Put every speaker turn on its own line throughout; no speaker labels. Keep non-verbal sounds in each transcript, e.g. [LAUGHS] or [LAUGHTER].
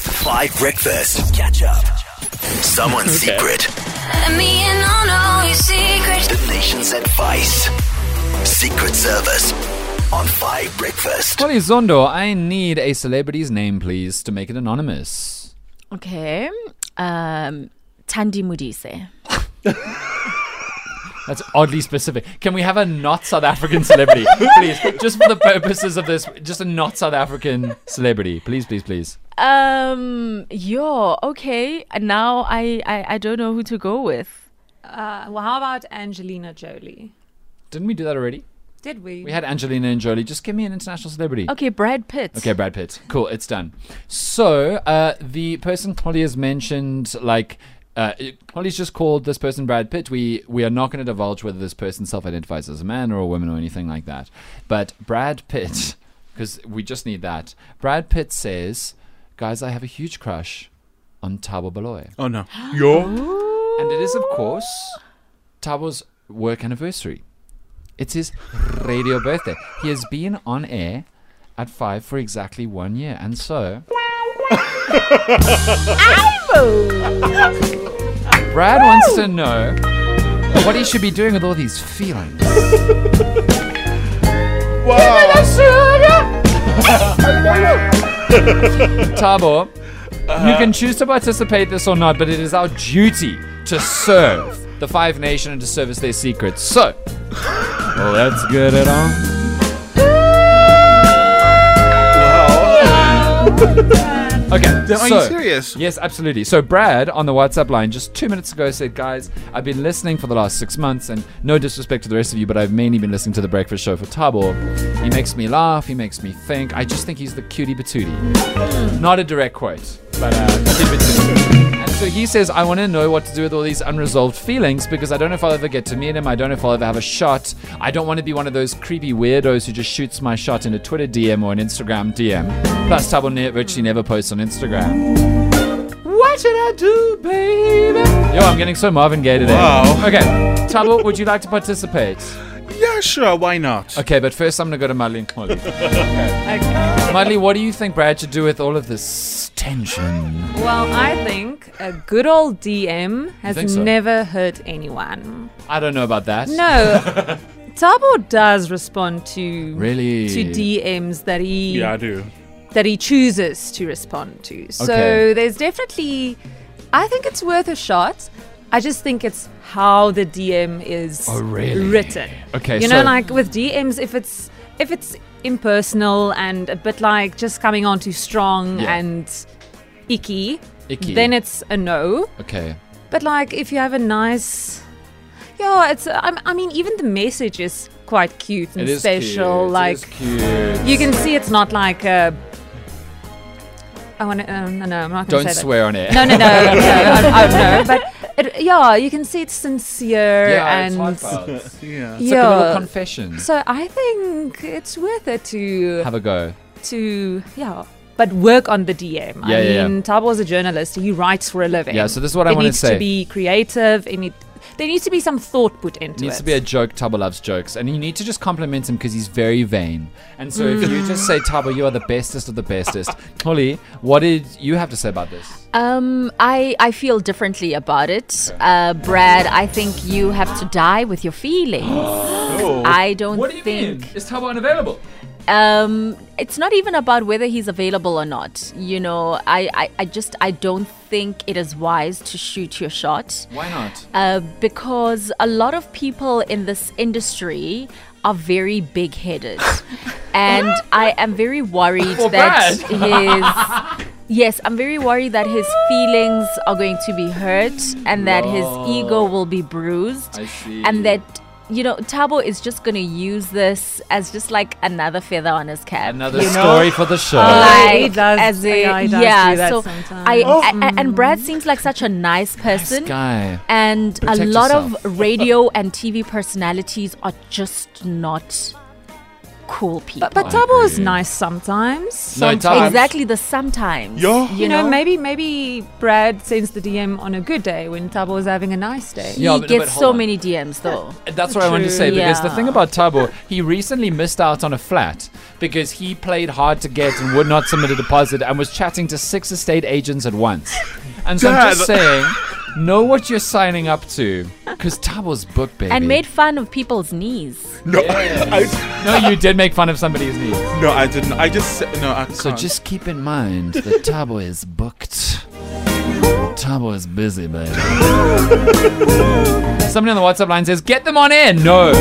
Five breakfast. Catch up. Someone's
Okay.
secret.
Let me in on all your secrets.
The nation's advice. Secret Service on Five Breakfast.
Polly Zondo, I need a celebrity's name, please, to make it anonymous.
Okay. Um, Tandi Mudise.
That's oddly specific. Can we have a not South African celebrity, please? Just for the purposes of this, just a not South African celebrity, please, please, please.
Um, yo, okay. And Now I, I, I don't know who to go with.
Uh, well, how about Angelina Jolie?
Didn't we do that already?
Did we?
We had Angelina and Jolie. Just give me an international celebrity.
Okay, Brad Pitt.
Okay, Brad Pitt. Cool, it's done. So uh, the person Polly has mentioned, like uh, it- Polly's just called this person Brad Pitt. We we are not going to divulge whether this person self-identifies as a man or a woman or anything like that. But Brad Pitt, [LAUGHS] because we just need that. Brad Pitt says, "Guys, I have a huge crush on Tabo Baloy,
Oh no. Yo.
and it is of course Tabo's work anniversary. It's his radio birthday. He has been on air." At five for exactly one year, and so Brad wants to know what he should be doing with all these feelings.
Wow.
[LAUGHS] Tabo, you can choose to participate this or not, but it is our duty to serve the Five Nation and to service their secrets. So, let's get it on. Okay.
Are
so-
you serious?
Yes, absolutely. So Brad on the WhatsApp line just two minutes ago said, "Guys, I've been listening for the last six months, and no disrespect to the rest of you, but I've mainly been listening to the Breakfast Show for Tabor. He makes me laugh. He makes me think. I just think he's the cutie patootie." Not a direct quote, but uh, cutie patootie. And so he says, "I want to know what to do with all these unresolved feelings because I don't know if I'll ever get to meet him. I don't know if I'll ever have a shot. I don't want to be one of those creepy weirdos who just shoots my shot in a Twitter DM or an Instagram DM. Plus, Tabor ne- virtually never posts on Instagram." What should I do, baby? Yo, I'm getting so Marvin Gaye today.
Wow.
Okay, Tabo, would you like to participate?
Yeah, sure. Why not?
Okay, but first I'm gonna go to Madly and Molly. Madly, what do you think Brad should do with all of this tension?
Well, I think a good old DM
think
has
so?
never hurt anyone.
I don't know about that.
No,
[LAUGHS]
Tabo does respond to
Really?
to DMs that he
Yeah, I do.
that he chooses to respond to. So
Okay.
there's definitely, I think it's worth a shot. I just think it's how the DM is
Oh, really?
written.
Okay,
you
so-
know, like with DMs, if it's if it's impersonal and a bit like just coming on too strong
Yeah.
and icky,
Icky.
then it's a no.
Okay.
But like, if you have a nice, yeah, it's. I, I mean, even the message is quite cute and
It is
special.
Cute.
Like,
it is cute.
you can see it's not like a. I want to. Uh, no, no, I'm not going
Don't
to say
swear on it.
That. No, no, no, no. I, I, no but it, yeah, you can see it's
[LAUGHS]
sincere
yeah, it's
and [LAUGHS]
heartfelt. It's
Yeah.
like a little
yeah.
confession.
so I think it's worth it to
Have a go.
to yeah. But work on the DM.
Yeah,
I
yeah,
mean, Tabo is a journalist. He writes for a living.
Yeah, so this is what I
It
wanna
needs
say.
to be creative. It need, there needs to be some thought put into it.
needs to be a joke. Tabo loves jokes, and you need to just compliment him because he's very vain. And so if
Mm.
you just say Tabo, you are the bestest of the bestest. [LAUGHS] Holly, what did you have to say about this?
Um, I, I feel differently about it. Uh, Brad, I think you have to die with your feelings. I don't think.
Is Tabo unavailable?
um, it's not even about whether he's available or not. You know, I, I, I just I don't think it is wise to shoot your shot
Why not?
uh, because a lot of people in this industry are very
[LAUGHS]
big-headed, and I am very worried
Well,
that his.
[LAUGHS]
Yes, I'm very worried that his feelings are going to be hurt and that his ego will be bruised
I see.
and that you know Tabo is just going to use this as just like another feather on his cap.
Another
you know?
story for the show.
Yeah,
[LAUGHS]
he
Like,
does-
as a,
yeah, he does do that
so
sometimes.
I, I- and Brad seems like such a nice person.
Oh. Guy.
And a
Protect
lot
yourself. [LAUGHS]
of radio and TV personalities are just not cool people.
But, but Tabo is nice sometimes.
No, Tabo-
exactly the sometimes.
Yeah.
You know, maybe maybe Brad sends the DM on a good day when Tabo is having a nice day.
Yeah, but-
he
but
gets
hold
so
on.
many DMs though.
That's what I wanted to say because the
Yeah.
thing about
[LAUGHS]
Tabo, he recently missed out on a flat because he played hard to get and would not submit a deposit and was chatting to six estate agents at once. And so I'm just
Dad.
saying, know what you're signing up to because Tabo's book, baby.
And made fun of people's knees.
No,
no, you did make fun of somebody's knees.
I, no, I didn't. I just said- no. I
So
can't.
just keep in mind that Tabo is booked. Tabo is busy, baby. Somebody on the WhatsApp line says, "Get them on air." No,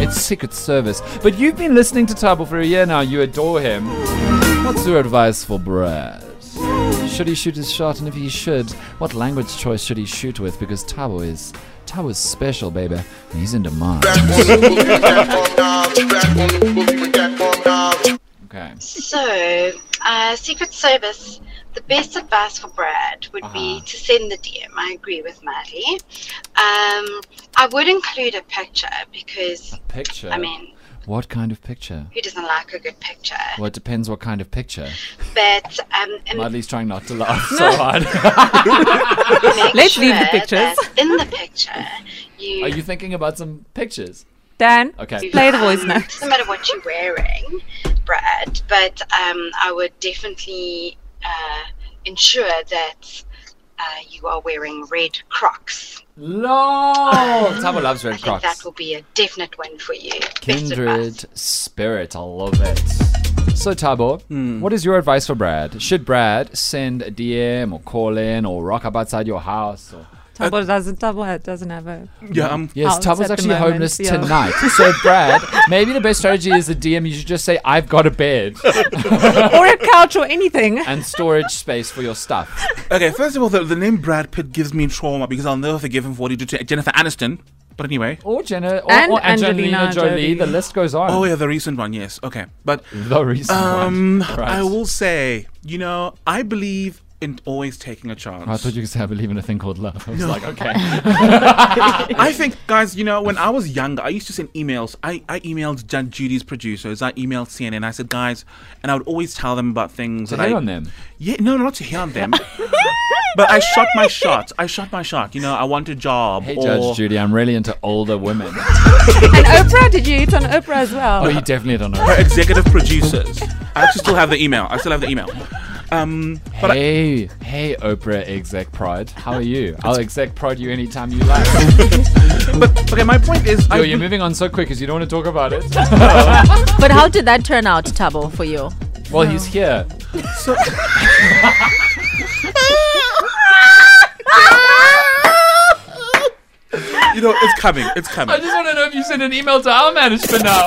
it's Secret Service. But you've been listening to Tabo for a year now. You adore him. What's your advice for Brad? Should he shoot his shot, and if he should, what language choice should he shoot with? Because Tabo is Tabo is special, baby. and He's in demand. Okay.
So, uh, Secret Service, the best advice for Brad would
Uh-huh.
be to send the DM. I agree with Marley. Um, I would include a picture because,
Picture.
I mean,
what kind of picture?
who doesn't like a good picture?
Well, it depends what kind of picture.
But um, and
Madly's trying not to laugh so hard. [LAUGHS]
[LAUGHS]
make
Let's leave the
sure
pictures.
that in the picture,
[LAUGHS]
you,
Are you thinking about some pictures?
Dan, [LAUGHS]
Okay.
play the voice
Um,
note.
Doesn't matter what you're wearing, Brad, but um, I would definitely uh, ensure that uh, you are wearing red Crocs.
No! Tabo loves red
I think that
crocs.
will be a definite win for you. Best advice.
Kindred spirit. I love it. So, Tabo,
Hmm.
what is your advice for Brad? Should Brad send a DM or call in or rock up outside your house? Or...
Tabo doesn't Tabo doesn't have a
yeah, um, I'm
Yes,
House at
Tabo's
the
actually
moment,
homeless
yeah. [LAUGHS]
tonight. So, Brad, maybe the best strategy is a DM. You should just say, I've got a bed
or a couch or anything.
and storage space for your stuff.
okay. First of all, the, the name Brad Pitt gives me trauma because I'll never forgive him for what he did to Jennifer Aniston. But anyway,
Or, Jenna, or,
And
or Angelina,
Angelina
Jolie.
Jolie.
The list goes on.
oh yeah, the recent one, yes, okay. But
The recent
um,
one. Mm. Right.
I will say, you know, I believe in always taking a chance.
I thought you could say I believe in a thing called love. I was like, okay.
I think, guys, you know, when I was younger, I used to send emails. I, I emailed Judge Judy's producers. I emailed CNN. I said, guys, and I would always tell them about things.
To
that
hate
I,
on them.
Yeah, no, not to hit
[LAUGHS]
on them. but I shot my shot. I shot my shot. You know, I want a job.
Hey,
or,
Judge Judy, I'm really into older [LAUGHS] women.
and Oprah, did you eat on Oprah as
oh,
well?
you definitely don't
her
know.
executive producers. I actually still have the email. I still have the email. Um, but I,
Hey, hey, Oprah Exec Pride. How are you? I'll exec prod you anytime you [LAUGHS] like.
but okay, my point is, I,
Yo, you're moving on so quick because you don't want to talk about [LAUGHS] it.
But how did that turn out, Tabo, for you?
Well, he's here.
so, you know, it's coming. It's
I
coming.
just want to know if you sent an email to our management now.